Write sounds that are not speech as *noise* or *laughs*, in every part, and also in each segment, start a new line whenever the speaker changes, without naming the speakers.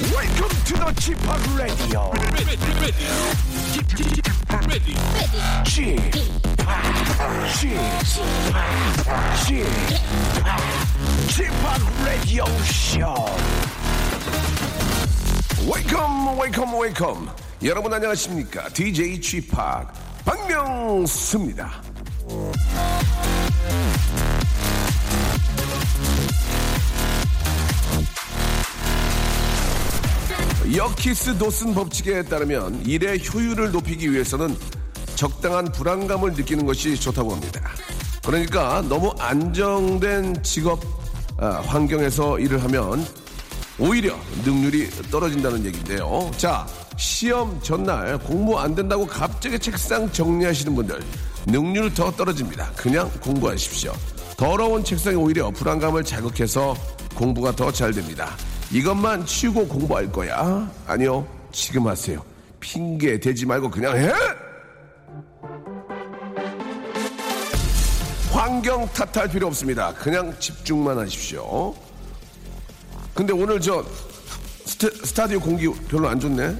to the Chip Radio. Chip Chip Chip Radio Show. Welcome, welcome, welcome. 여러분 안녕하십니까? DJ Chip 박명수입니다. 여키스 도슨 법칙에 따르면 일의 효율을 높이기 위해서는 적당한 불안감을 느끼는 것이 좋다고 합니다. 그러니까 너무 안정된 직업 아, 환경에서 일을 하면 오히려 능률이 떨어진다는 얘기인데요. 자, 시험 전날 공부 안 된다고 갑자기 책상 정리하시는 분들 능률 더 떨어집니다. 그냥 공부하십시오. 더러운 책상이 오히려 불안감을 자극해서 공부가 더 잘 됩니다. 이것만 치우고 공부할 거야? 아니요, 지금 하세요. 핑계 대지 말고 그냥 해! 환경 탓할 필요 없습니다. 그냥 집중만 하십시오. 근데 오늘 저 스타, 스타디오 공기 별로 안 좋네.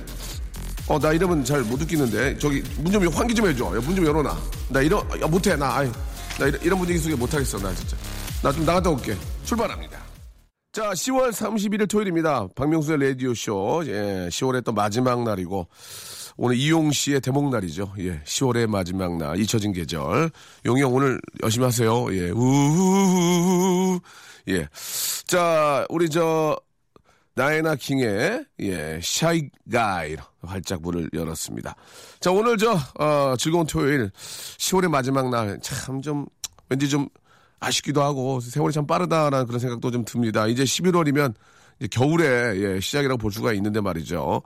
어, 나 이러면 잘 못 웃기는데. 저기, 문 좀, 환기 좀 해줘. 문 좀 열어놔. 나 이런, 야, 못해. 나, 아이. 나 이런, 이런 분위기 속에 못하겠어. 나 진짜. 나 좀 나갔다 올게. 출발합니다. 자, 10월 31일 토요일입니다. 박명수의 라디오쇼. 예, 10월의 또 마지막 날이고. 오늘 이용 씨의 대목날이죠. 예, 10월의 마지막 날, 잊혀진 계절. 용이 형 오늘 열심히 하세요. 예, 우후후후. 예. 자, 우리 저, 나이나 킹의, 예, 샤이 가이. 활짝 문을 열었습니다. 자, 오늘 저, 어, 즐거운 토요일, 10월의 마지막 날, 참 좀, 왠지 좀 아쉽기도 하고, 세월이 참 빠르다라는 그런 생각도 좀 듭니다. 이제 11월이면, 이제 겨울에 예, 시작이라고 볼 수가 있는데 말이죠.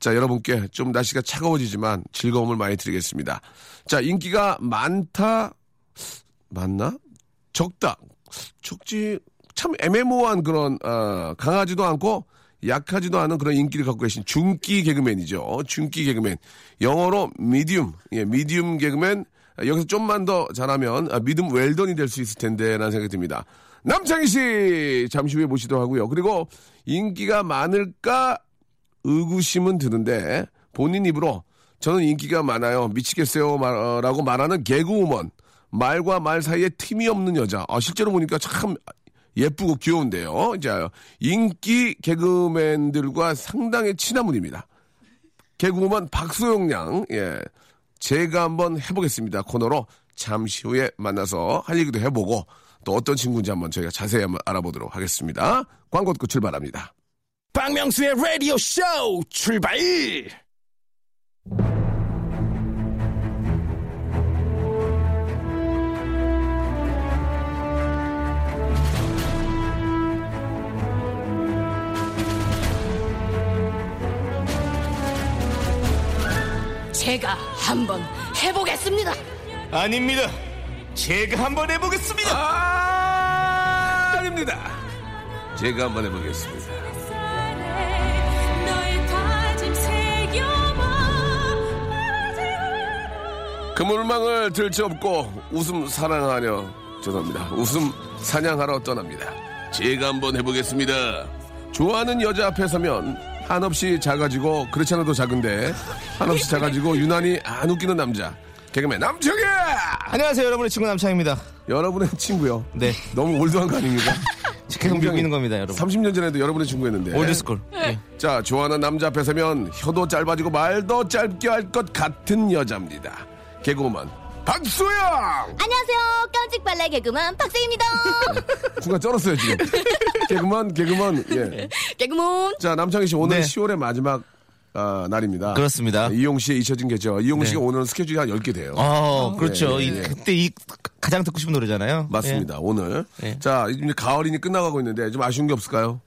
자, 여러분께 좀 날씨가 차가워지지만 즐거움을 많이 드리겠습니다. 자, 인기가 많다, 맞나? 적다. 적지, 참 애매모호한 그런, 어, 강하지도 않고 약하지도 않은 그런 인기를 갖고 계신 중기 개그맨이죠. 중기 개그맨. 영어로 미디움. 예, 미디움 개그맨. 아, 여기서 좀만 더 잘하면 아, 미디움 웰던이 될 수 있을 텐데라는 생각이 듭니다. 남창희 씨 잠시 후에 모시도록 하고요. 그리고 인기가 많을까 의구심은 드는데 본인 입으로 저는 인기가 많아요. 미치겠어요. 말- 어, 라고 말하는 개그우먼. 말과 말 사이에 틈이 없는 여자. 아, 실제로 보니까 참 예쁘고 귀여운데요. 자, 인기 개그맨들과 상당히 친한 분입니다. 개그우먼 박소영 양. 예. 제가 한번 해보겠습니다. 코너로 잠시 후에 만나서 할 얘기도 해보고 또 어떤 친구인지 한번 저희가 자세히 한번 알아보도록 하겠습니다. 광고 듣고 출발합니다.
박명수의 라디오 쇼 출발!
제가 한번 해보겠습니다.
아닙니다. 제가 한번 해보겠습니다.
아, 닙니다 제가 한번 해보겠습니다. 그물망을 들쳐업고 웃음 사랑하려 죄송합니다. 웃음 사냥하러 떠납니다. 제가 한번 해보겠습니다. 좋아하는 여자 앞에 서면 한없이 작아지고 그렇지 않아도 작은데 한없이 작아지고 유난히 안 웃기는 남자 개그맨 남청이
안녕하세요, 여러분의 친구 남창입니다.
여러분의 친구요.
네,
*laughs* 너무 올드한 거 아닙니까?
지금 비기는 겁니다, 여러분.
30년 전에도 여러분의 친구였는데.
올드스쿨.
네.
예.
자, 좋아하는 남자 앞에 서면 혀도 짧아지고 말도 짧게 할 것 같은 여자입니다. 개그우먼 박소영!
안녕하세요. 깜찍 발랄 개그맨 박세입니다.
순간 쩔었어요,
*laughs*
지금. 개그먼, 개그먼, 예.
*laughs* 개그맨.
자, 남창희 씨, 오늘
네.
10월의 마지막 아, 날입니다. 네,
그렇습니다.
이용 씨의 잊혀진 계죠. 이용
네.
씨가 오늘 스케줄이 한 10개 돼요.
어, 그렇죠.
예,
이-
예.
그때 이 가장 듣고 싶은 노래잖아요. 네.
맞습니다, 오늘.
예.
자, 이제 가을이니 끝나가고 있는데 좀 아쉬운 게 없을까요?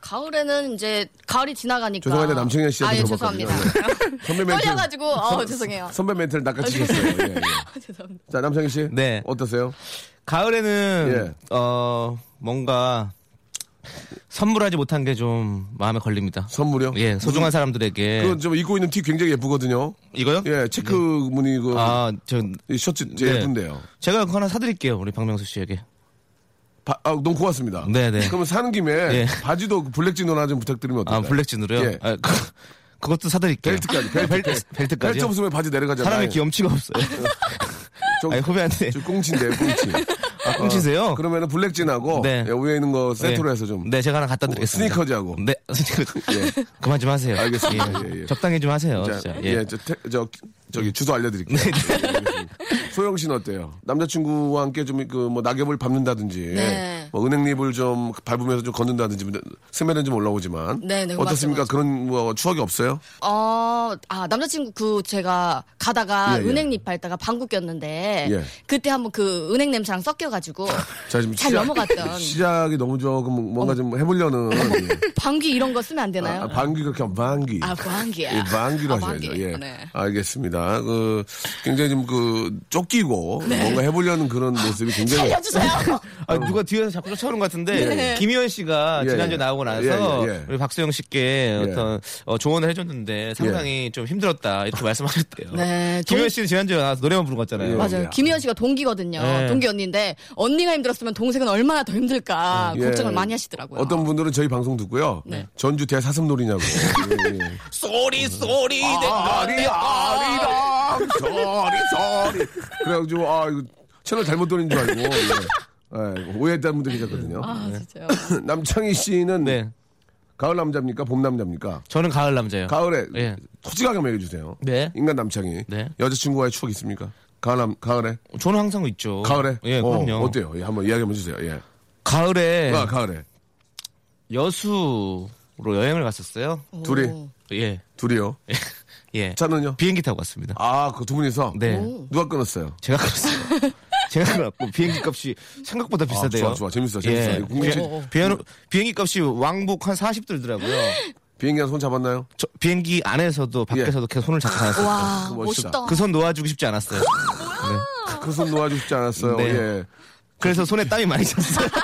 가을에는 이제 가을이 지나가니까.
죄송한데 남청현 씨한테
아, 예,
들어봤거든요. 네.
죄송합니다.
선배 멘트.
떨려가지고 어, 죄송해요.
선배 멘트를 낚아치셨어요. 예,
*laughs*
예.
죄송합니다.
자, 남창희 씨.
네.
어떠세요?
예. 가을에는,
예.
어, 뭔가, 선물하지 못한 게 좀 마음에 걸립니다.
선물이요? 음,
예, 소중한 사람들에게.
그건 좀 입고 있는 티 굉장히 예쁘거든요.
이거요?
예, 체크 무늬 그
어? 아, 저,
이 셔츠 되게
네.
예쁜데요.
제가 그거 하나 사드릴게요, 우리 박명수 씨에게.
바- 아, 너무 고맙습니다.
네네.
그러면 사는 김에
예.
바지도 그 블랙 진으로 하나 좀 부탁드리면
아,
어떨까요?
블랙진으로요?
예.
아, 그, 그것도 사드릴게요.
벨트까지, 벨트,
벨트,
벨트.
벨트까지.
벨트 없으면 바지 내려가잖아요. 네.
사람의 귀염치가 없어요.
좀,
아니, 후배한테.
좀 꽁치인데,
*laughs*
꽁치.
아, 꽁치세요?
그러면은 블랙진하고
네.
예, 위에 있는 거 세트로
네.
해서 좀.
네, 제가 하나 갖다 드리겠습니다.
스니커즈하고. 예.
네, *laughs* 스니커즈. 그만 좀 하세요.
알겠습니다. 예, 예.
적당히 좀 하세요.
자,
어, 진짜. 음. 네,
예, 저, 태- 저, 저기 주소 알려드릴게요. 예, 알겠습니다. *laughs* 소영 씨는 어때요? 남자친구와 함께 좀 그 뭐 낙엽을 밟는다든지,
네.
뭐 은행잎을 좀 밟으면서 좀 걷는다든지, 뭐 스멜은 좀 올라오지만,
네, 네,
어떻습니까?
맞아요, 맞아요.
그런 뭐 추억이 없어요?
어, 아, 남자친구 그 제가 가다가
예, 예.
은행잎 밟다가 방구 꼈는데
예.
그때 한번 그 은행
*laughs*
냄새랑 섞여가지고
자, 지금
잘 넘어갔던 어.
시작이 너무 조금 뭔가 좀
*laughs*
해보려는 예.
방귀 이런 거 쓰면 안 되나요?
아, 반기 그렇게 하면 반기.
아, 방귀야.
예, 반기로
아,
하셔야죠.
방귀.
예.
네.
알겠습니다. 그 굉장히 좀 그 쫓기고 뭔가 해보려는 그런 모습이 굉장히
네.
*laughs*
살려주세요.
아, 누가 뒤에서 자꾸 쫓아오는 것 같은데
네.
김희원 씨가
어. 예,
지난주에
예.
나오고 나서
예, 예, 예.
우리 박수영 씨께
예.
어떤 어, 조언을 해줬는데 상당히 좀 힘들었다 이렇게 말씀하셨대요.
네,
김희원
동-
씨는 지난주에 나와서 노래만 부르고 왔잖아요.
예.
맞아요.
야.
김희연 씨가 동기거든요.
예.
네.
동기 언니인데 언니가 힘들었으면 동생은 얼마나 더 힘들까
예.
걱정을 많이 하시더라고요.
어떤 분들은 저희 방송 듣고요.
네.
전주
*laughs*
대사슴놀이냐고. 예, 예.
소리 소리
아리 아리랑 소리 소리. 그래가지고 아 이거 채널 잘못 돌린 줄 알고 예. 예, 오해했다는 분들 계셨거든요.
아, 진짜요.
*laughs* 남창희 씨는
네,
가을 남자입니까? 봄 남자입니까?
저는 가을 남자예요.
가을에
예.
솔직하게 말해주세요.
네.
인간 남창이
네.
여자친구와의 추억 있습니까? 가을 남 가을에
저는 항상 있죠.
가을에
예,
어,
그럼요. 네.
어때요? 예, 한번 이야기 한번 해주세요. 예.
가을에
아, 가을에
여수로 여행을 갔었어요.
둘이
예, *laughs*
둘이요.
예.
차는요?
비행기 타고 갔습니다.
아, 그 두 분이서
네.
누가 끊었어요?
제가 그랬어요. 제가 그랬고 비행기 값이 생각보다 비싸대요. 예.
좋아, 좋아. 재밌어, 재밌어. 이거 궁금해.
비행, 비행기 값이 왕복 한 40 들더라고요.
비행기 한손 잡았나요?
저 비행기 안에서도
예.
밖에서도 계속 손을 잡고 다녔어요.
와,
아, 멋있다.
멋있다.
그 손 놓아주고 싶지 않았어요.
그 손 놓아주고 싶지 않았어요.
네.
예.
그래서 손에 땀이 많이 찼어요. *laughs*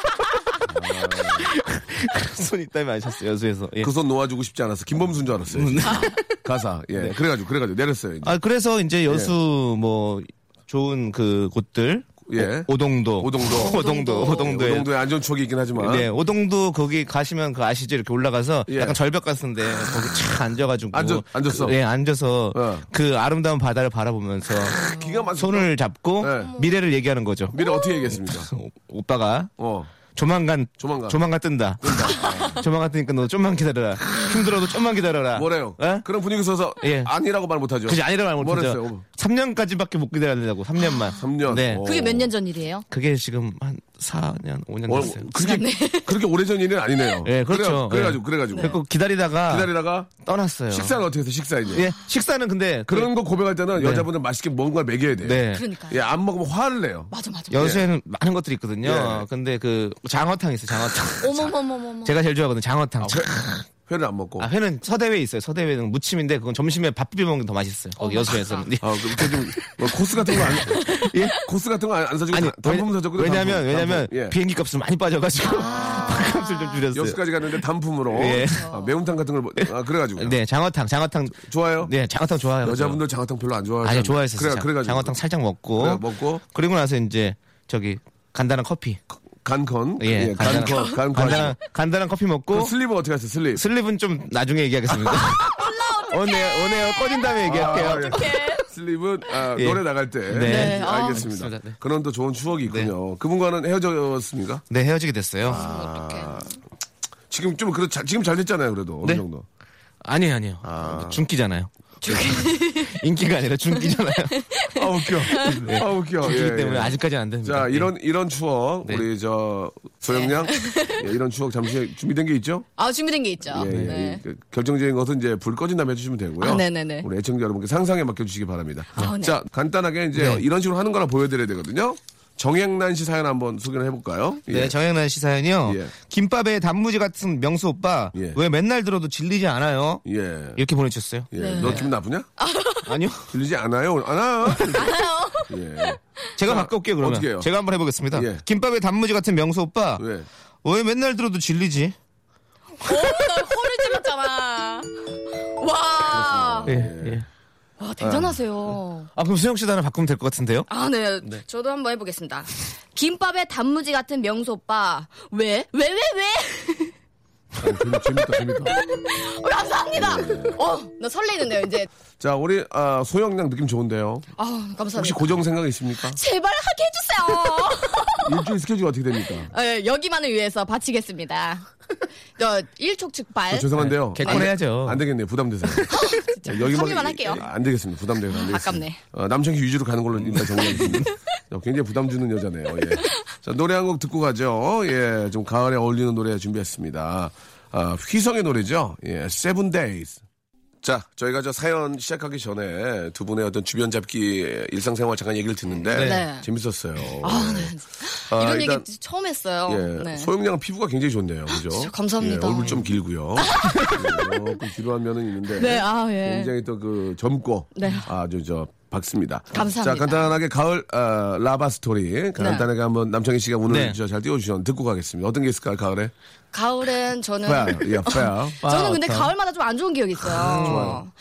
그 손이 땀이 많이 찼어요. 여수에서. 예.
아.
네.
그 손 놓아주고 싶지 않았어. 김범수인 줄 알았어요. 진짜. 가사. 예. 그래가지고, 그래가지고 내렸어요. 이제.
아 그래서 이제 여수 뭐 좋은 그 곳들
예.
오, 동도
오동도.
*laughs* 오동도
예,
오동도에
오동도에 안 좋은 추억이 있긴 하지만.
네, 오동도 거기 가시면 그 아시죠? 이렇게 올라가서
예.
약간 절벽 같은데 거기 착 앉아가지고
앉아- 앉았어?
그, 예, 앉아서
어.
그 아름다운 바다를 바라보면서
기가 막혀.
손을 잡고
예.
미래를 얘기하는 거죠.
미래 어떻게 얘기했습니까?
오- 오빠가
어.
조만간
조만간.
뜬다. *laughs* 조만간 뜨니까 너 좀만 기다려라. 힘들어도 좀만 기다려라.
뭐래요?
예?
그런 분위기 있어서
예.
아니라고 말 못하죠.
그지 아니라고 말
뭐랬어요?
못하죠. 3년까지밖에 못 기다려야 된다고. 3년만.
3년.
네.
어.
그게 몇 년 전 일이에요?
그게 지금 한 4년, 5년
어,
됐어요.
그렇게 그렇게 오래전 일은 아니네요.
네. 예, 그렇죠.
그래, 가지고
예.
그래가지고
그래서 기다리다가
기다리다가
떠났어요.
식사는 어떻게 해서 식사 이제.
예, 식사는 근데 그
그런 거 고백할 때는 여자분들 맛있게 뭔가 먹여야 돼요.
네.
그러니까.
예, 안 먹으면 화를 내요.
맞아, 맞아.
여수에는 많은 것들이 있거든요.
예.
근데 그 장어탕
*laughs*
있어요. 장어탕.
어머머머머머.
제가 제일 좋아하거든요. 장어탕.
회, *laughs* 회를 안 먹고.
아, 회는 서대회에 있어요. 서대회는 무침인데 그건 점심에 밥 비벼 먹는 게 더 맛있어요. 거기 여수에서는. 예.
아, 그럼 이렇게 좀, 뭐 코스 같은 거 안, 예? 코스 같은 거 안 사주고,
아니,
단- 단품
왜-
사줬거든
왜냐면
단품,
왜냐면
단품. 예. 아.
비행기 값을 많이 빠져가지고 *laughs* 밥값을 좀 줄였어요.
여수까지 갔는데 단품으로.
예.
아, 매운탕 같은 걸, 먹- 아, 그래가지고.
네, 장어탕, 장어탕.
좋아요?
네, 장어탕 좋아요.
여자분들 장어탕 별로 안 좋아하시죠?
아니 좋아했어요.
그래,
장-
그래가지고.
장어탕 살짝 먹고
그래, 먹고.
그리고 나서 이제 저기 간단한 커피.
간컨.
예, 간단한,
간컨. 간컨.
간단한 간단한 커피
그
먹고
슬립은 어떻게 하세요, 슬립?
슬립은 좀 나중에
*laughs*
얘기하겠습니다. *laughs* 오네요, 오네요. 꺼진 다음에 얘기할게요.
아, 예. 슬립은 아,
예.
노래 나갈 때.
네.
예,
아.
알겠습니다.
알겠습니다. 네.
그런 또 좋은 추억이 있군요. 그분과는 헤어졌습니까?
네, 헤어지게 됐어요.
아.
뭐 어떡해.
지금 좀 그렇 자- 지금 잘 됐잖아요, 그래도 어느
네?
정도.
아... 니에요 아니에요. 중기잖아요. *laughs* 인기가 아니라 중기잖아요.
*laughs* 아 웃겨. 아 웃겨.
중기기
예, 예.
때문에 네. 아직까지는 안 됩니다.
자
네.
이런 이런 추억
네.
우리 저
네.
소영양 예, 이런 추억 잠시 준비된 게 있죠?
아, 준비된 게 있죠.
예, 예.
네.
이- 결정적인 것은 이제 불 꺼진 다음에 해주시면 되고요.
아, 네네네.
우리 애청자 여러분께 상상에 맡겨주시기 바랍니다.
아, 네.
자 간단하게 이제
네.
이런 식으로 하는 거나 보여드려야 되거든요. 정액난 씨 사연 한번 소개를 해볼까요? 예.
네, 정영란 씨 사연이요.
예.
김밥에 단무지 같은 명수 오빠
예.
왜 맨날 들어도 질리지 않아요?
예.
이렇게 보내주셨어요.
예.
네.
너 기분 나쁘냐? *laughs*
아니요,
들리지 않아요? 안아요? 예.
제가 바꿔올게요 그러면.
어떻게 해요?
제가 한번 해보겠습니다.
예.
김밥에 단무지 같은 명수 오빠
왜?
왜 맨날 들어도 질리지?
오, 나 허를 찔렀잖아. 와.
예. 예.
와 대단하세요.
아 그럼 수영 씨도 하나 바꾸면 될 것 같은데요?
아, 네. 저도 한번 해보겠습니다. 김밥의 단무지 같은 명수 오빠. 왜? 왜, 왜, *laughs* 왜?
재밌, 재밌다, 재밌다.
어, 감사합니다.
네.
어, 나 설레는데요, 이제.
자, 우리 아, 소영 양 느낌 좋은데요.
아, 감사합니다.
혹시 고정 생각 있습니까?
제발 하게 해주세요.
일주일 스케줄 어떻게 됩니까?
예, 여기만을 위해서 바치겠습니다. *laughs* 저 일촉즉발.
저 아, 죄송한데요.
개콘
안 되-
해야죠.
안 되겠네요. 부담되세요.
네. *laughs* 진짜. 참여만 할게요.
안 되겠습니다. 부담돼서 안 되겠습니다.
아깝네.
어, 남창희 위주로 가는 걸로 일단 정리하겠습니다. 어, 굉장히 부담 주는 여자네요. 예. 자, 노래 한 곡 듣고 가죠. 예, 좀 가을에 어울리는 노래 준비했습니다. 아, 휘성의 노래죠. 예, 세븐 데이즈. 자, 저희가 저 사연 시작하기 전에 두 분의 어떤 주변 잡기 일상생활 잠깐 얘기를 듣는데
네.
재밌었어요.
아, 네.
아,
이런
일단-
얘기 처음 했어요.
예,
네.
소영양 피부가 굉장히 좋네요. 그죠?
진짜
예,
감사합니다.
얼굴 좀 길고요.
*laughs*
예, 조금 기로한 면은 있는데.
네, 아, 예.
굉장히 또 그 젊고
네.
아주 저 박습니다.
감사합니다.
자, 간단하게 가을 아, 라바 스토리
네.
간단하게 한번 남창희 씨가 오늘
네.
저잘 띄워주셨는데 듣고 가겠습니다. 어떤 게 있을까요, 가을에?
가을엔 저는
페어, 예,
*laughs*
페어.
저는 근데
어떤-
가을마다 좀 안 좋은 기억이 있어요.
좋아요.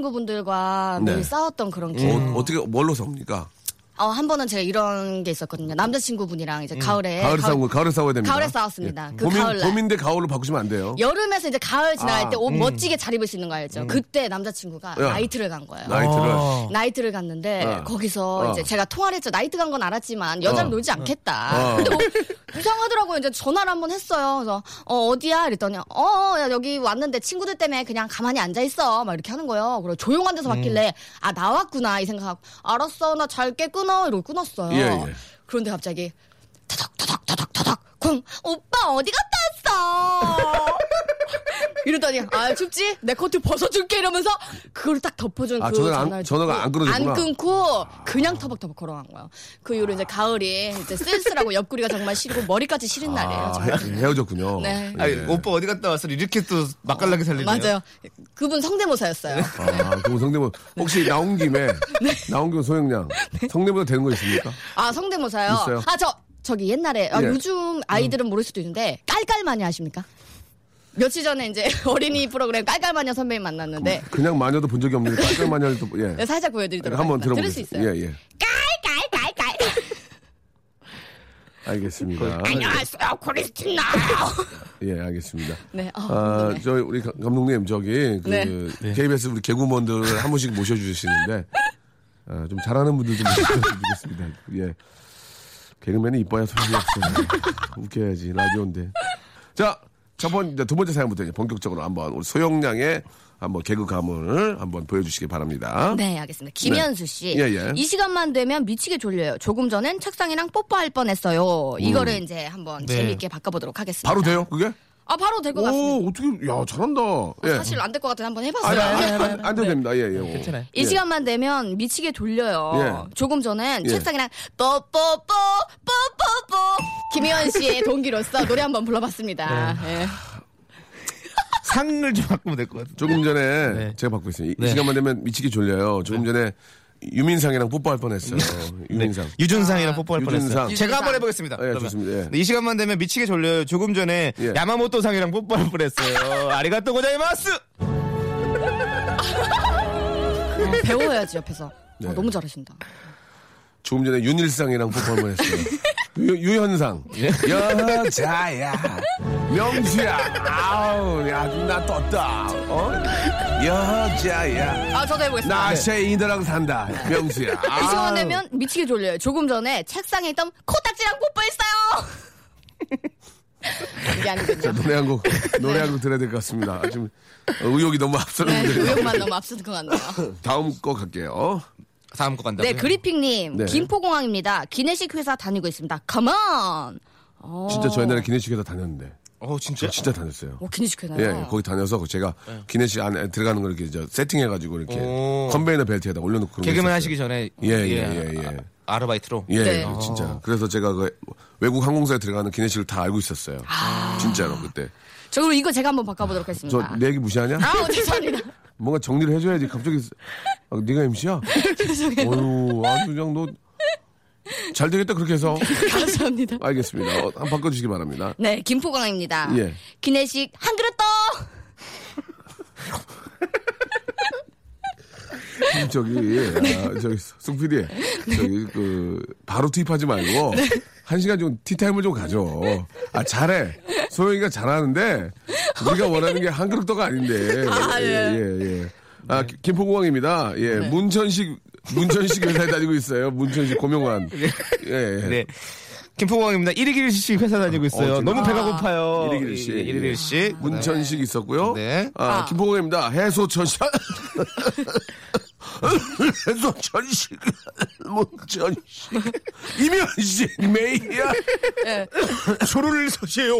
남자친구분들과
네.
늘 싸웠던 그런 기억.
어, 어떻게 뭘로 섭니까?
어, 한 번은 제가 이런 게 있었거든요. 남자친구분이랑 이제 예, 가을에
가을에 싸우고 가을에 싸워야 됩니다. 예.
가을에 싸웠습니다. 그
봄인,
가을날.
봄인데 가을로 바꾸시면 안 돼요.
여름에서 이제 가을 지날
아, 음.
때 옷 멋지게 잘 입을 수 있는 거 알죠? 그때 남자친구가
야.
나이트를 간 거예요.
나이트를
어.
나이트를 갔는데
어.
거기서
어.
이제 제가 통화를 했죠. 나이트 간 건 알았지만 여자는
어.
놀지 않겠다.
어.
*laughs* 근데 뭐 이상하더라고요. 이제 전화를 한 번 했어요. 그래서 어 어디야? 이랬더니 어 야, 여기 왔는데 친구들 때문에 그냥 가만히 앉아 있어. 막 이렇게 하는 거예요. 그리고 조용한
음.
데서 봤길래 아 나왔구나 이 생각하고 알았어 나 잘게 끊어 이러고 끊었어요.
예, 예.
그런데 갑자기 타닥 타닥 타닥 타닥 쿵 오빠 어디 갔다 왔어? 이러더니 아 춥지 내 코트 벗어줄게 이러면서 그걸 딱 덮어준
아,
그
전화를 안-
전화를
전화가 안 끊어졌구나.
안 끊고 그냥 터벅터벅 걸어간 거예요. 그 이후로 이제 가을이 이제 쓸쓸하고 옆구리가 정말 시리고 머리까지 시린 날이에요.
아,
정말.
헤- 헤어졌군요.
네.
예.
아니, 오빠 어디 갔다 왔어? 이렇게 또 맛깔나게 살리네요.
맞아요. 그분 성대모사였어요.
아, 그럼 성대모
네.
혹시 나온
*laughs*
김에 나온 김에 소영양 성대모사 되는 거 있습니까?
아 성대모사요.
있어요?
아 저 저기 옛날에 아,
예.
요즘 아이들은 모를 수도 있는데 깔깔마녀 아십니까? 며칠 전에 이제 *laughs* 어린이 프로그램 깔깔마녀 선배님 만났는데
그냥 마녀도 본 적이 없는데 깔깔 마녀를 또 예.
네, 살짝 보여드리도록
한번
하겠습니다. 들을 수
들어보겠습니다. 예,
있어요.
예.
깔깔깔깔.
알겠습니다.
안녕하세요, *laughs* 크리스티나.
예, 알겠습니다.
네, 어,
아, 저 우리 가- 감독님 저기 그
네.
KBS 우리 개구먼들을 한 분씩 모셔 주시는데 아, 좀 잘하는 분들 좀 모셔 주겠습니다. 예. 개그맨이 이뻐야 소용이 없어요. 웃겨야지 라디오인데. 자, 첫 번째 두 번째 사연부터 이제 본격적으로 한번 우리 소영양의 한번 개그 감을 한번 보여 주시기 바랍니다.
네, 알겠습니다. 김현수 씨.
예, 예.
이 시간만 되면 미치게 졸려요. 조금 전엔 책상이랑 뽀뽀할 뻔했어요. 이거를 이제 한번
네.
재미있게 바꿔보도록
음.
하겠습니다.
바로 돼요, 그게?
아, 바로 될 것 같습니다.
오, 어떻게 야, 잘한다. 예.
사실 네. 안 될 것 같은데 한번
아니,
해봤어요.
아니, 아니, 아니, 안 돼도 됩니다. 예, 예.
네, 괜찮아요.
*laughs* 이 시간만 되면 미치게 졸려요.
예.
조금 전엔
예.
책상이랑 뽀뽀뽀 뽀뽀뽀 김희원 씨의 동기로서 노래 한번 불러봤습니다.
네.
예.
상을 좀 바꾸면 될 것 같은데.
조금 전에
네.
제가 받고 있어요. 이, 이
네.
시간만 되면 미치게 졸려요. 조금 전에 유민상이랑 뽀뽀할 뻔했어요.
네.
유민상.
아,
유준상이랑 뽀뽀할
유준상.
뻔했어요. 제가 한번 해보겠습니다.
예, 좋습니다. 예.
이 시간만 되면 미치게 졸려요. 조금 전에
예.
야마모토상이랑 뽀뽀할 뻔했어요. 아리가또 고자이마스.
어, 배워야지 옆에서.
네.
어, 너무 잘하신다.
조금 전에 윤일상이랑 뽀뽀할 뻔했어요. 유, 유현상.
네.
여자야. 명수야. 아우, 야, 나 떴다. 어? 여자야.
아 저도 해보겠습니다.
네.
나 쉐이드랑 산다. 명수야.
*laughs* 이 시간
아우.
되면 미치게 졸려요. 조금 전에 책상에 있던 코딱지랑 뽀뽀했어요.
*laughs*
이게 아니군요.
노래 한 곡, 노래 한 곡 들어야 될 것 같습니다. 아, 지금 의욕이 너무
네,
앞서는데.
교육만 너무 앞서는 것 같네요.
다음 거 갈게요. 어?
다음 거 간다.
네, 그리핑님.
네.
김포공항입니다. 기내식 회사 다니고 있습니다. 컴온!
진짜 저 옛날에 기내식에서 다녔는데.
어 진짜.
진짜 다녔어요.
어, 기내식 회사요?
예, 거기 다녀서 제가 기내식 안에 들어가는 걸 이렇게 저 세팅해가지고 이렇게
예. 오.
컨베이너 벨트에다 올려놓고 그런 거
개그맨
있었어요.
하시기 전에 어.
예, 예, 예, 예.
아, 르바이트로
예,
네.
진짜. 그래서 제가 그 외국 항공사에 들어가는 기내식을 다 알고 있었어요.
아.
진짜로 그때.
저 그럼 이거 제가 한번 바꿔보도록
저 네.
하겠습니다.
내 얘기 무시하냐?
아,
*laughs*
죄송합니다.
뭔가 정리를 해줘야지. 갑자기 아, 네가
*laughs*
MC야?
죄송해요.
어유 아주 그냥 너 잘 되겠다 그렇게 해서.
감사합니다.
알겠습니다. 어, 한번 바꿔주시기 바랍니다.
네, 김포공항입니다.
예.
기내식 한 그릇 떠!
지금 저기 아, 저기 송 PD 저기 그 바로 투입하지 말고 한 시간 좀 티타임을 좀 가져. 아 잘해. 소영이가 잘하는데 우리가 원하는 게 한 그릇도가 아닌데.
아, 예.
예, 예. 아 기- 김포공항입니다. 예 문천식 문천식 회사에 다니고 있어요. 문천식 고명환. 예. 예.
네. 김포공항입니다. 이리길 씨 회사 다니고 있어요.
어,
너무
아.
배가 고파요.
이리길 씨.
예, 이리길 씨.
문천식 있었고요.
네.
아, 김포공입니다. 해소 천식. *laughs* 해소 천식. 문천식. 이면식 메이야. *laughs*
초를 서세요.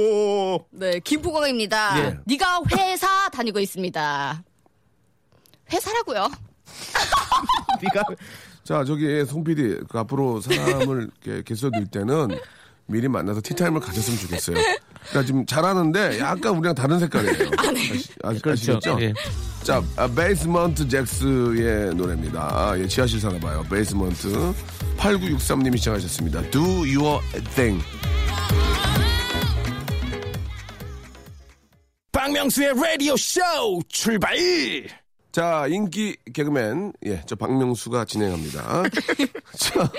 네, 김포광입니다.
예.
네가 회사 다니고 있습니다. 회사라고요.
아.
네가
자, 저기 송 PD 그 앞으로 사람을 이렇게 개수 늘 때는 미리 만나서 티타임을 가졌으면 좋겠어요. 그러니까 지금 잘하는데 약간 우리랑 다른 색깔이에요. 아시, 아, 아시겠죠?
예.
자, 아, 베이스먼트 잭스의 노래입니다. 아, 예, 지하실 사나봐요. 베이스먼트 8963님이 시작하셨습니다. Do your thing.
박명수의 라디오 쇼 출발!
자, 인기 개그맨, 예, 저 박명수가 진행합니다. 자,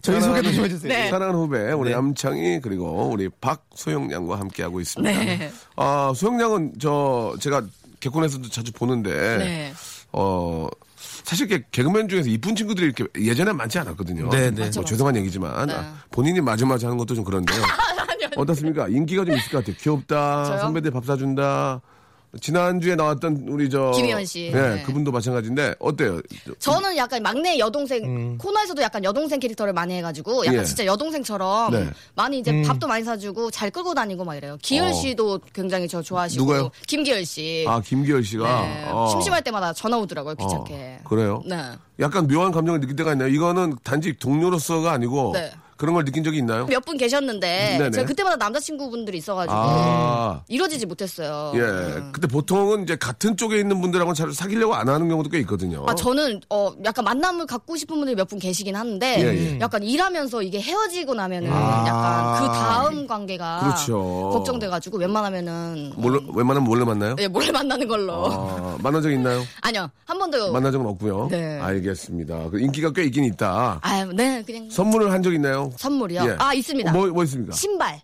저희 소개도 좀 해주세요.
네.
사랑하는 후배, 우리 남창희, 그리고 우리 박소영 양과 함께하고 있습니다.
네.
아, 소영 양은 저, 제가 개콘에서도 자주 보는데,
네.
어, 사실 이렇게 개그맨 중에서 이쁜 친구들이 이렇게 예전에 많지 않았거든요.
네, 네.
뭐 죄송한 얘기지만, 아, 본인이 마지막에 하는 것도 좀
*laughs*
그런데요. 어떻습니까? 인기가 좀 있을 것 같아요. 귀엽다,
저요?
선배들 밥 사준다. 지난주에 나왔던 우리 저
김희원 씨.
네,
네.
그분도 마찬가지인데 어때요?
저는 약간 막내 여동생 코너에서도 약간 여동생 캐릭터를 많이 해가지고 약간
음. 예.
진짜 여동생처럼
네.
많이 이제 밥도 많이 사주고 잘 끌고 다니고 막 이래요. 기열
어.
씨도 굉장히 저 좋아하시고
누가요?
김기열 씨.
아 김기열 씨가
네,
어.
심심할 때마다 전화 오더라고요
어,
귀찮게.
그래요?
네.
약간 묘한 감정을 느낄 때가 있나요? 이거는 단지 동료로서가 아니고
네.
그런 걸 느낀 적이 있나요?
몇 분 계셨는데
음, 네네.
제가 그때마다 남자친구분들이 있어가지고
아.
이뤄지지 못했어요.
예. 근데 보통은 이제 같은 쪽에 있는 분들하고 잘 사귀려고 안 하는 경우도 꽤 있거든요.
아, 저는 어 약간 만남을 갖고 싶은 분들이 몇 분 계시긴 한데
예, 예.
약간 일하면서 이게 헤어지고 나면은
아.
약간 그 다음 관계가
그렇죠.
걱정돼가지고 웬만하면은
몰래, 웬만하면 몰래 만나요?
예, 몰래 만나는 걸로
아, 만난 적 있나요?
아니요 한 번도
만난 적은 없고요.
어. 네.
알겠습니다. 그 인기가 꽤 있긴 있다.
아유 네 그냥
선물을 한 적 있나요?
선물이요
예.
아 있습니다
어, 뭐, 뭐 있습니까?
신발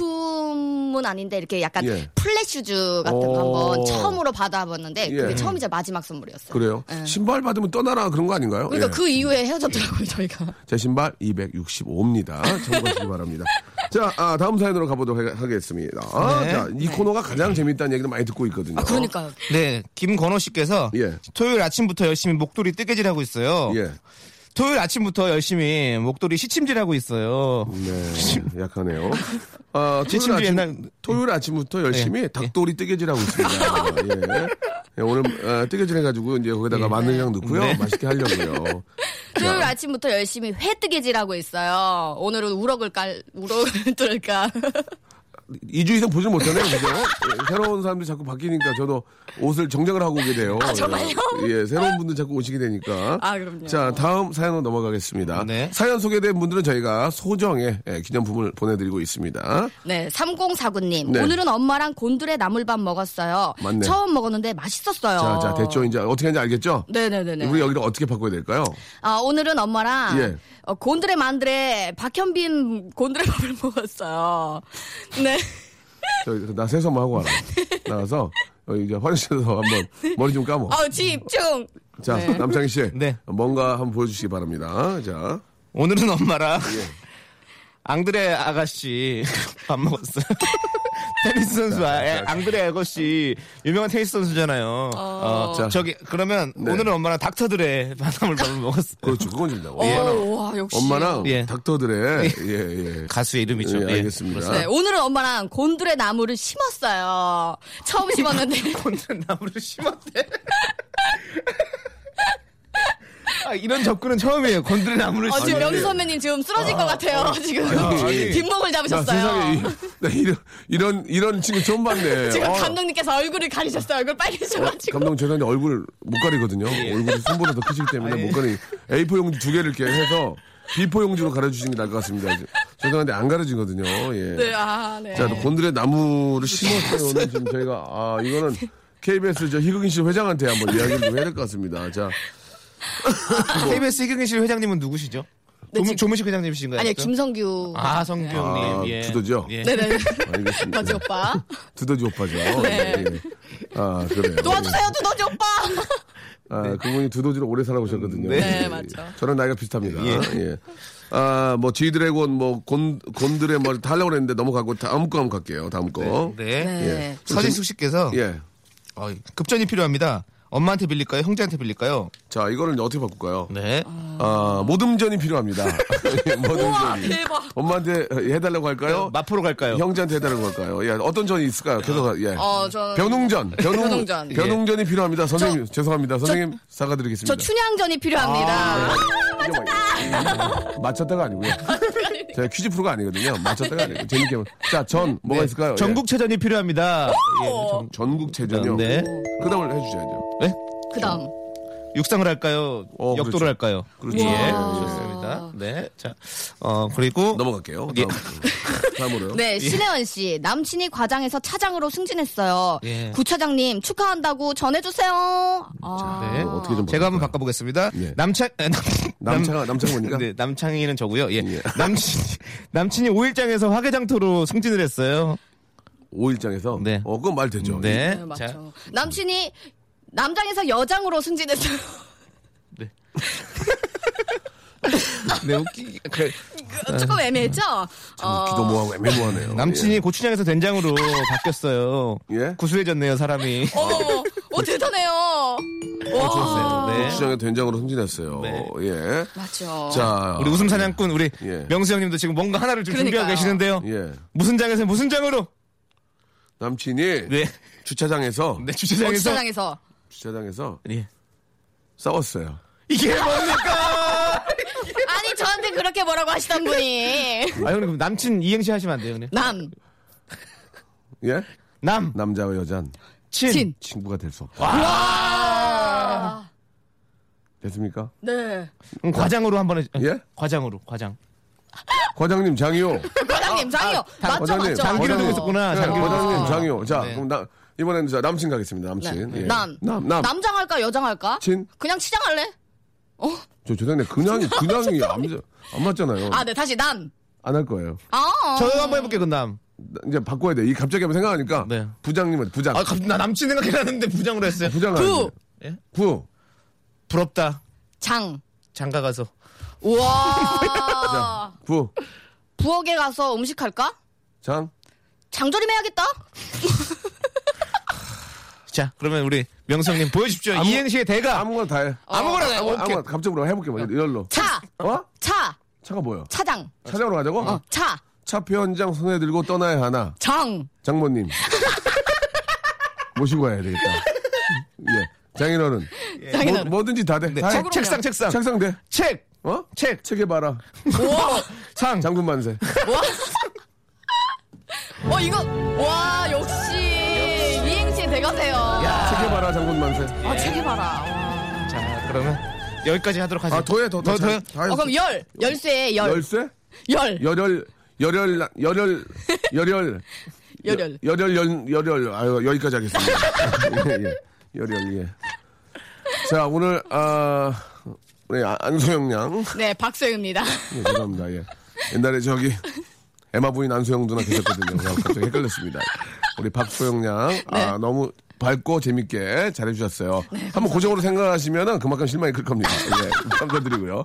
명품은 아닌데 이렇게 약간
예.
플랫슈즈 같은
오.
거 한번 처음으로 받아봤는데
예.
그게 처음이자 마지막 선물이었어요
그래요?
예.
신발 받으면 떠나라 그런 거 아닌가요?
그러니까
예.
그 이후에 헤어졌더라고요 저희가
제 신발 265입니다. 참고하시기 바랍니다. 자, 아, 다음 사연으로 가보도록 하- 하겠습니다. 아,
네.
자, 이 코너가 가장 재밌다는 얘기를 많이 듣고 있거든요.
아, 그러니까요
네, 김건호 씨께서
예.
토요일 아침부터 열심히 목도리 뜨개질하고 있어요.
예.
토요일 아침부터 열심히 목도리 시침질하고 있어요.
네, 약하네요. 아, 토요일,
지침도
아침,
옛날-
토요일 아침부터 열심히 닭도리 뜨개질하고 있습니다. 예. 예, 오늘 아, 뜨개질 해가지고 이제 거기다가 마늘향 넣고요. 맛있게 하려고요.
토요일 아침부터 열심히 회뜨개질하고 있어요. 오늘은 우럭을 깔, 우럭을 *laughs* 뚫을까.
2주 이상 보질 못하네요, 그죠? 예, 새로운 사람들이 자꾸 바뀌니까 저도 옷을 정장을 하고 오게 돼요.
아, 정말요?
예, 예, 새로운 분들 자꾸 오시게 되니까.
아, 그럼요.
자, 다음 사연으로 넘어가겠습니다.
네.
사연 소개된 분들은 저희가 소정의 예, 기념품을 보내드리고 있습니다.
네, 3049님.
네.
오늘은 엄마랑 곤드레 나물밥 먹었어요.
맞네.
처음 먹었는데 맛있었어요.
자, 자, 됐죠? 이제 어떻게 하는지 알겠죠?
네네네네.
우리 여기를 어떻게 바꿔야 될까요?
아, 오늘은 엄마랑
예.
어, 곤드레 만드레 박현빈 곤드레 밥을 *laughs* 먹었어요. 네.
저 나 세수 한번
*laughs*
하고 와라. 나가서 어, 이제 화장실에서 한번 머리 좀 감어.
어, 집중.
자, 남창희 씨.
네.
뭔가 한번 보여주시기 바랍니다. 자.
오늘은 엄마랑
예.
*laughs* 앙드레 아가씨 *laughs* 밥 먹었어요. 테니스 선수 아, 예, 앙드레 아가씨 유명한 테니스 선수잖아요. 어,
자. 네.
저기 그러면 오늘은 엄마랑 닥터들의 *laughs*
*laughs*
바닷물 밥을 먹었어요.
그렇죠. 그건 준다.
어, 와, 역시.
엄마랑
예.
닥터들의 예, 예.
가수의 이름이죠.
예,
예.
알겠습니다.
네, 오늘은 엄마랑 곤드레 나물을 심었어요. 처음 심었는데. *laughs*
혼자 나무를 심었대. 아, 이런 접근은 처음이에요. 건드레 나무를
어, 지금
심었대.
명수 선배님 지금 쓰러질 것 같아요. 지금
예. 아니.
뒷목을
나
잡으셨어요.
세상에 이, *laughs* 나 이런 이런 이런 친구 처음 봤네.
지금
어, 아,
감독님께서 얼굴을 가리셨어요. 얼굴 빨개져가지고.
감독 죄송한데 얼굴 못 가리거든요. 얼굴이 손보다 더 크시기 때문에 못 가리. A4 용지 두 개를 이렇게 해서 B4 용지로 가려주시는 게 나을 것 같습니다. 죄송한데 안 가려지거든요. 예.
네, 아, 네.
그 자, 또 곤드레 나무를 심었어요는 지금 저희가 아 이거는 KBS 저 희극인 씨 회장한테 한번 이야기를 좀 해야 될 것 같습니다. 자,
KBS 이경희 씨 회장님은 누구시죠?
네,
조문-
지금-
조문식 회장님이신가요?
아니요,
지금?
김성규.
아, 성규 형님.
아,
예.
두더지요?
예.
네네.
알겠습니다.
두더지 오빠.
두더지 오빠죠.
*laughs*
네. 아, 그래요.
도와주세요, 두더지 오빠.
아, 그분이 두더지로 오래 살아오셨거든요.
네.
네, 맞죠.
저랑 나이가 비슷합니다. 예.
예.
아, 뭐, 지드래곤, 뭐, 곤, 곤드레 뭐, 다 하려고 그랬는데 넘어가고 다음 거 한번 갈게요. 다음 거.
네.
네.
서진숙 씨께서
예.
어, 급전이 필요합니다. 엄마한테 빌릴까요? 형제한테 빌릴까요?
자, 이거를 어떻게 바꿀까요?
네.
아, 모듬전이
*laughs*
필요합니다. 예, 모듬전이.
대박.
엄마한테 해달라고 할까요?
마포로 갈까요?
형제한테 해달라고 할까요? 예, 어떤 전이 있을까요? 계속, 예.
어, 저는.
변웅전, 변웅,
변웅전. 예.
변웅전이 필요합니다. 선생님, 죄송합니다. 선생님, 사과드리겠습니다.
저 춘향전이 필요합니다.
아, 네. 맞췄다! 맞췄다가 *laughs* 아니고요. 제가 퀴즈 프로가 아니거든요. 맞췄다가 아니고. 재밌게. 만- 자, 전, 뭐가
네.
있을까요?
전국체전이 필요합니다. 예, 전-
전국체전이요.
네.
그 다음을 해주셔야죠.
네?
그 다음.
육상을 할까요?
어,
역도를
그렇죠.
할까요?
그렇죠.
예,
와.
좋습니다. 네. 자, 어, 그리고.
넘어갈게요.
예.
아, 다음, 다음으로요.
네, 신혜원 씨. 남친이 과장에서 차장으로 승진했어요.
예.
구차장님, 축하한다고 전해주세요. 아.
네.
어, 어떻게 좀
제가 한번
바꿀까요?
바꿔보겠습니다.
예.
남창, 에, 남,
남창아, 남창원인가?
네, 남창이는 저고요. 예.
예. *laughs*
남친, 남친이 오일장에서 화개장터로 승진을 했어요.
오일장에서.
네.
어, 그건 말 되죠.
네.
네,
자,
맞죠. 남친이 남장에서 여장으로 승진했어요. *laughs*
네,
예.
웃기. 그,
조금 애매했죠?
어... 기도모하고 애매모하네요.
남친이 고추장에서 된장으로 바뀌었어요.
예?
구수해졌네요, 사람이.
어머, 어, 대단해요. 와.
네.
예. 시장에 된장으로 승진했어요.
네.
예.
맞죠.
자.
우리 웃음 사냥꾼 우리
예.
명수 형님도 지금 뭔가 하나를 좀 준비하고
그러니까요.
계시는데요.
예.
무슨 장에서 무슨 장으로?
남친이
네.
주차장에서
네,
어,
주차장에서
주차장에서.
주차장에서
예.
싸웠어요.
이게 뭡니까?
아니, 저한테 그렇게 뭐라고 하시던 분이.
아 형님 그럼 남친 이행시 하시면 안 돼요, 형님.
남,
예?
남,
남자와 여잔
친,
진.
친구가 될 수 없다. 됐습니까?
네.
그럼 과장으로 한번 해.
아. 예?
과장으로, 과장.
과장님 장이요.
과장님, 장이요. 맞죠,
과장님,
맞죠. 어.
장기를
맞죠.
두고 있었구나.
네,
아, 장기를.
과장님 장이요. 자,
네.
그럼 나 이번에는 자, 남친 가겠습니다. 남친.
네.
예.
남.
남, 남.
남장 할까, 여장 할까?
친.
그냥 치장 할래?
저 죄송한데 그냥이 그냥이 안, 맞- 안 맞잖아요.
아, 네, 다시 남.
안 할 거예요.
아,
저요 한번 해볼게 그 남.
나- 이제 바꿔야 돼. 이 갑자기 한번 생각하니까
네.
부장님은 부장.
아, 갑자기 나 남친 생각이 나는데 부장으로 했어요.
부장 아니에요.
예?
부.
부럽다.
장.
장가 가서.
우와.
부.
부엌에 가서 음식 할까?
장.
장조림 해야겠다?
자, 그러면 우리 명수 형님 보여주십시오.
아무-
이행시의 대가.
아무거나 다 해.
아무거나 다 해.
아무거나,
오케이.
아무거나 갑자기 물어 해볼게. 요 이걸로.
차,
어?
차,
차가 뭐예요?
차장.
차장으로 가자고?
어, 차,
차표 한 장 손에 들고 떠나야 하나.
장.
장모님. 모시고 가야 되겠다. 예. 장인어른.
장인어른.
뭐, 든지다 돼.
네,
다 해.
책, 책상, 책상.
책상 돼.
책.
어?
책.
책에 봐라.
상.
장군만세.
어, 이거, 와, 역시. 이행시 대가세요.
책에 봐라, 장군만세.
아, 책에 봐라.
자, 그러면 여기까지 하도록 하죠.
아, 더해, 더, 더.
더, 더요?
다
어,
했어.
그럼 열. 열쇠, 열.
열쇠?
열.
열혈, 열혈, 열혈, 열혈.
*laughs* 열혈.
열혈, 열, 열혈. 아유, 여기까지 하겠습니다. *laughs* 예, 예. 열혈, 예. 자, 오늘, 아, 우리 안소영 양.
네,
*laughs*
박소영입니다.
예, 죄송합니다. 예. 옛날에 저기 에마 부인 안소영 누나 계셨거든요. 그래서 갑자기 헷갈렸습니다. 우리 박소영 양, 아, 너무 밝고 재밌게 잘해주셨어요. 한번 고정으로 생각하시면 그만큼 실망이 클 겁니다. 예, *laughs* 감사드리고요.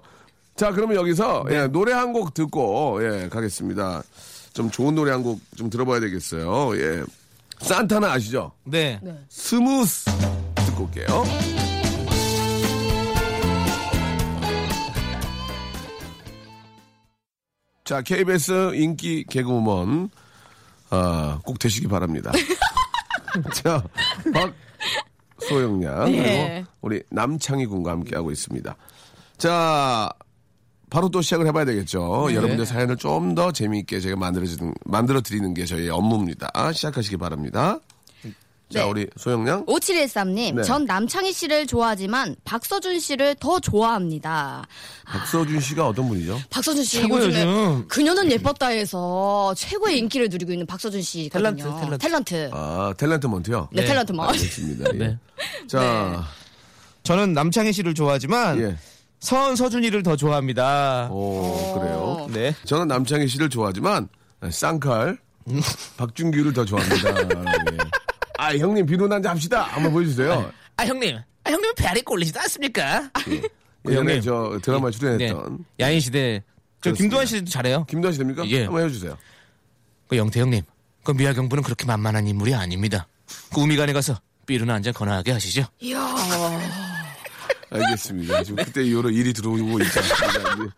자, 그러면 여기서 예, 노래 한 곡 듣고 예, 가겠습니다. 좀 좋은 노래 한 곡 좀 들어봐야 되겠어요. 예. 산타나 아시죠?
네.
스무스 듣고 올게요. 자, KBS 인기 개그우먼 아, 꼭 되시기 바랍니다. 자, 박소영 양
네.
그리고 우리 남창희 군과 함께 하고 있습니다. 자, 바로 또 시작을 해봐야 되겠죠. 여러분들 사연을 좀 더 재미있게 제가 만들어드리는, 만들어 드리는 게 저희의 업무입니다. 시작하시기 바랍니다. 자, 우리 소영양.
5713님,
네.
전 남창희 씨를 좋아하지만 박서준 씨를 더 좋아합니다.
박서준 씨가 어떤 분이죠?
박서준 씨
최고예요,
요즘에
요즘.
그녀는 예뻤다 해서 최고의 인기를 누리고 있는 박서준 씨거든요.
탤런트, 탤런트.
탤런트.
아, 탤런트 먼트요?
네,
네.
탤런트 뭐.
알겠습니다. 예.
네.
자,
저는 남창희 씨를 좋아하지만
예. 어.
서은 서준이를 더 좋아합니다.
오, 그래요.
네.
저는 남창희 씨를 좋아하지만 네, 쌍칼 박준규를 더 좋아합니다. 예. 아 형님 비누난지 합시다. 한번 보여주세요.
아 형님, 아 형님은 배 아래 꼴리지도 않습니까?
예전에
형님.
저 드라마 에
네.
출연했던
야인 시대. 저 김도환 씨도 잘해요.
김도환 씨 됩니까?
예.
한번 해주세요.
그 영태 형님, 그 미아경부는 그렇게 만만한 인물이 아닙니다. 그 우미관에 가서 삐루나 한잔 건하게 하시죠.
알겠습니다. 지금 그때 이후로 일이 들어오고 있지 않습니다. 이제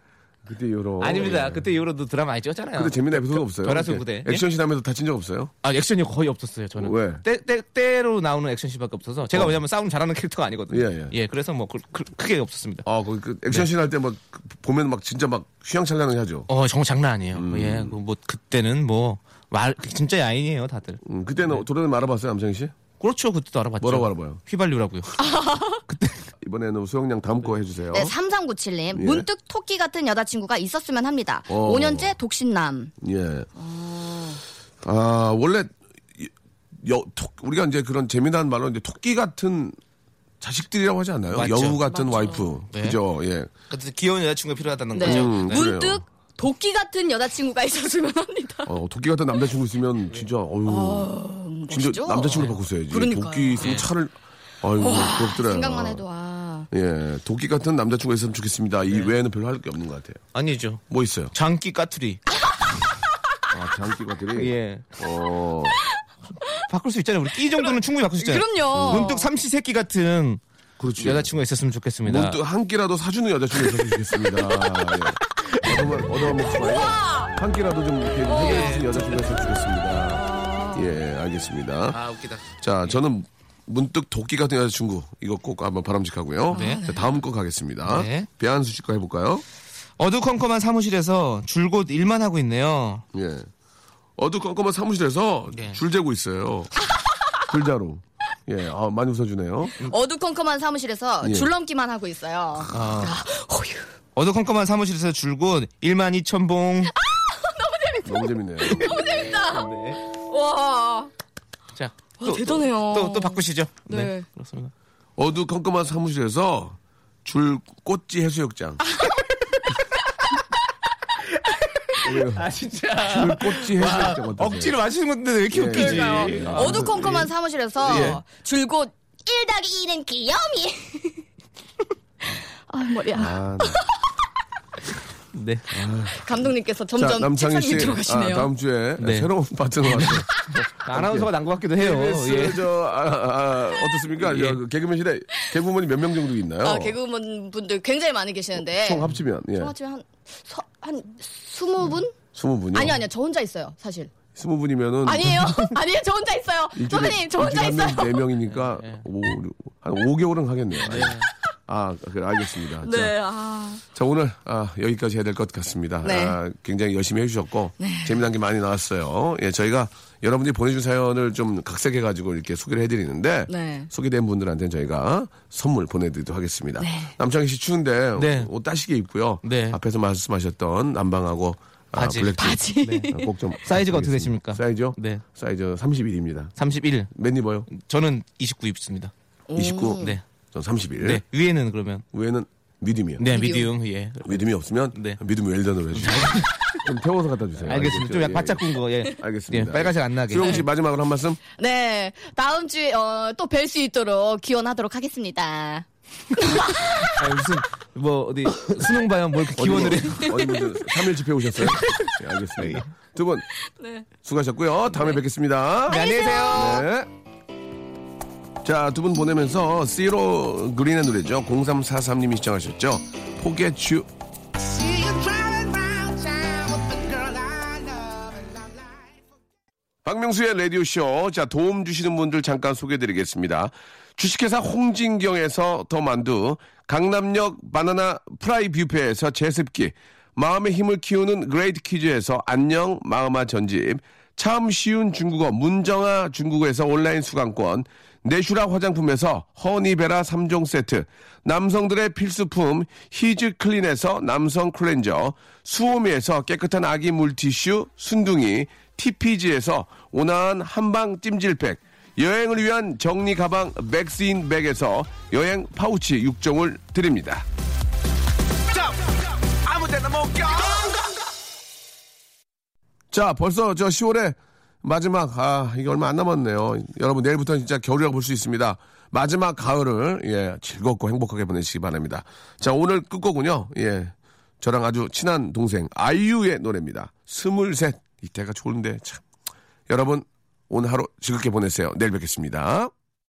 그때 이후로 예.
그때 이후로도 드라마 많이 찍었잖아요.
그때 재미난 에피소드 없어요.
변화수
이렇게
부대. 예?
액션 시나면서 다친 적 없어요?
아 액션이 거의 없었어요 저는.
왜?
때, 때, 때로 나오는 액션씬밖에 없어서 제가 왜냐면 싸움 잘하는 캐릭터가 아니거든요.
예, 예.
그래서 뭐 그, 그, 크게 없었습니다.
아, 거기 그
네.
액션 씬 할 때 막 보면 막 진짜 막 휘황찬란하게 하죠.
어 정말 장난 아니에요.
음.
예, 그뭐 그때는 뭐 말 진짜 야인이에요 다들.
음, 그때는
네.
도련님 알아봤어요, 남창희 씨?
그렇죠 그때도 알아봤죠.
뭐라고 알아봐요?
휘발유라고요.
이번에는 소영양 다음 거 해주세요.
네, 3397님.
예. 어.
문득 토끼 같은 여자친구가 있었으면 합니다.
오.
5년째 독신남.
예.
어.
아, 원래 이- 여, 토- 우리가 이제 그런 재미난 말로 이제 토끼 같은 자식들이라고 하지 않나요?
맞죠.
여우 같은 와이프.
네.
그죠? 예.
그때 귀여운 여자친구가 필요하다는
네.
거죠.
음, 그래요.
문득 도끼 같은 여자친구가 *laughs* 있었으면 합니다.
어, 토끼 같은 남자친구 있으면 진짜 어유. 진짜
네. 아, 멋있죠? 네.
남자친구 로 바꿨어야지.
그러니까요. 네.
도끼 있으면 차를 아이고 부럽더라.
생각만 해도 아.
예, 도끼 같은 남자친구가 있으면 좋겠습니다.
네.
이 외에는 별로 할 게 없는 것 같아요.
아니죠.
뭐 있어요?
장기 까투리.
아, 장기가들이.
예.
어,
*laughs* 바꿀 수 있잖아요. 우리 끼 정도는 충분히 바꿀 수 있잖아요.
그럼요.
문득 삼시세끼 같은
그렇지.
여자친구가 있었으면 좋겠습니다.
문득 그렇죠. 뭐 한 끼라도 사주는 여자친구 있었으면
*laughs*
좋겠습니다. 예. 얻어만, 얻어먹지 말고. 한 끼라도 좀 이렇게 해결해주는 여자친구 가 있었으면 좋겠습니다. 예, 알겠습니다.
아 웃기다.
자, 저는 문득 도끼 같은 여자친구. 이거 꼭 한번 바람직하고요.
네.
자, 다음 거 가겠습니다.
네.
배한수 씨거 해볼까요?
어두컴컴한 사무실에서 줄곧 일만 하고 있네요.
예. 어두컴컴한 사무실에서
네.
줄 재고
*laughs*
있어요. 글자로. 예, 아, 많이 웃어주네요.
어두컴컴한 사무실에서
예. 아.
줄넘기만 하고 있어요.
어두컴컴한 사무실에서 줄곧 1만 2천 봉.
너무 재밌네요.
와.
*laughs* 자,
와, 대단해요.
또, 또 바꾸시죠. 네.
네.
그렇습니다.
어두컴컴한 사무실에서 줄 꽃지
*laughs*
해수욕장.
아, 진짜.
줄 꽃지 해수욕장 어떠세요?
억지로 맞히는 건데 왜 이렇게
예,
웃기지?
그러니까요.
네. 예.
아,
어두컴컴한 사무실에서
예.
줄곧 1 더하기 2는 귀염이. *laughs* 아, 머리야.
아,
네.
감독님께서
자,
*laughs* 점점 책상
남창희 씨.
밑으로 가시네요.
아, 다음 주에
네.
새로운 파트너 왔어요.
아나운서가 난 것 같기도 해요. 예.
KBS 저, 아, 아, 어떻습니까?
예.
저, 그 개그맨실에 개그맨이 몇 명 정도 있나요?
아, 개그우먼 분들 굉장히 많이 계시는데.
총 합치면, 예.
정말 지금 한, 서, 한
음.
20분?
스무 분이요?
아니, 아니요. 저 혼자 있어요, 사실.
스무 분이면은. *laughs*
아니에요. 아니에요. 저 혼자 있어요. 선배님, 저 혼자 있어요.
네 명이니까 오, 한 5개월은 하겠네요. 아, 그래, 알겠습니다. 자,
네, 아.
자, 오늘 아, 여기까지 해야 될 것 같습니다.
네.
아, 굉장히 열심히 해주셨고 재미난 게 많이 나왔어요. 예, 저희가 여러분들이 보내준 사연을 좀 각색해가지고 이렇게 소개를 해드리는데
네.
소개된 분들한테는 저희가 선물 보내드리도록 하겠습니다. 남창희 씨 추운데
네.
옷 따시게 입고요.
네.
앞에서 말씀하셨던 남방하고 아,
바지.
블랙티 아,
바지.
꼭좀
*laughs* 사이즈가 어떻게 되십니까?
사이즈요?
네.
사이즈 31입니다.
31.
맨 입어요?
저는 29 입습니다.
29.
네.
전 31.
네. 위에는 그러면.
위에는 미디움이요.
네, 미디움. 예.
미디움이 없으면
네.
미디움 웰던으로 해주세요. *laughs* 좀 태워서 갖다 주세요.
알겠습니다. 좀 약 바짝 군 거. 예.
예, 알겠습니다.
예, 빨간색 안 나게.
수영 씨 마지막으로 한 말씀.
네. 다음 주에, 어, 또 뵐 수 있도록 기원하도록 하겠습니다.
아, 무슨 뭐 어디 수능 봐요. 뭘 이렇게 기원을 해.
어디 무슨 3일 집회 오셨어요? 네, 알겠습니다. 두 분 수고하셨고요. 다음에 뵙겠습니다.
네, 안녕히 계세요.
네. 자, 두 분 보내면서 씨로 그린의 노래죠. 0343님이 시청하셨죠. Forget You.
See you driving round town with the girl I love and I'm like.
박명수의 라디오쇼. 자, 도움 주시는 분들 잠깐 소개해드리겠습니다. 주식회사 홍진경에서 더 만두, 강남역 바나나 프라이 뷔페에서 제습기, 마음의 힘을 키우는 그레이트 키즈에서 안녕 마음아 전집, 참 쉬운 중국어 문정아 중국어에서 온라인 수강권, 내슈라 화장품에서 허니베라 3종 세트, 남성들의 필수품 히즈 클린에서 남성 클렌저, 수오미에서 깨끗한 아기 물티슈 순둥이, TPG에서 온화한 한방 찜질팩, 여행을 위한 정리 가방 맥스인 백에서 여행 파우치 6종을 드립니다. 자, 벌써 저 10월에 마지막, 아, 이게 얼마 안 남았네요. 여러분, 내일부터는 진짜 겨울이라고 볼 수 있습니다. 마지막 가을을, 예, 즐겁고 행복하게 보내시기 바랍니다. 자, 오늘 끝곡은요, 예, 저랑 아주 친한 동생, 아이유의 노래입니다. 스물셋. 이때가 좋은데, 참. 여러분, 오늘 하루 즐겁게 보내세요. 내일 뵙겠습니다.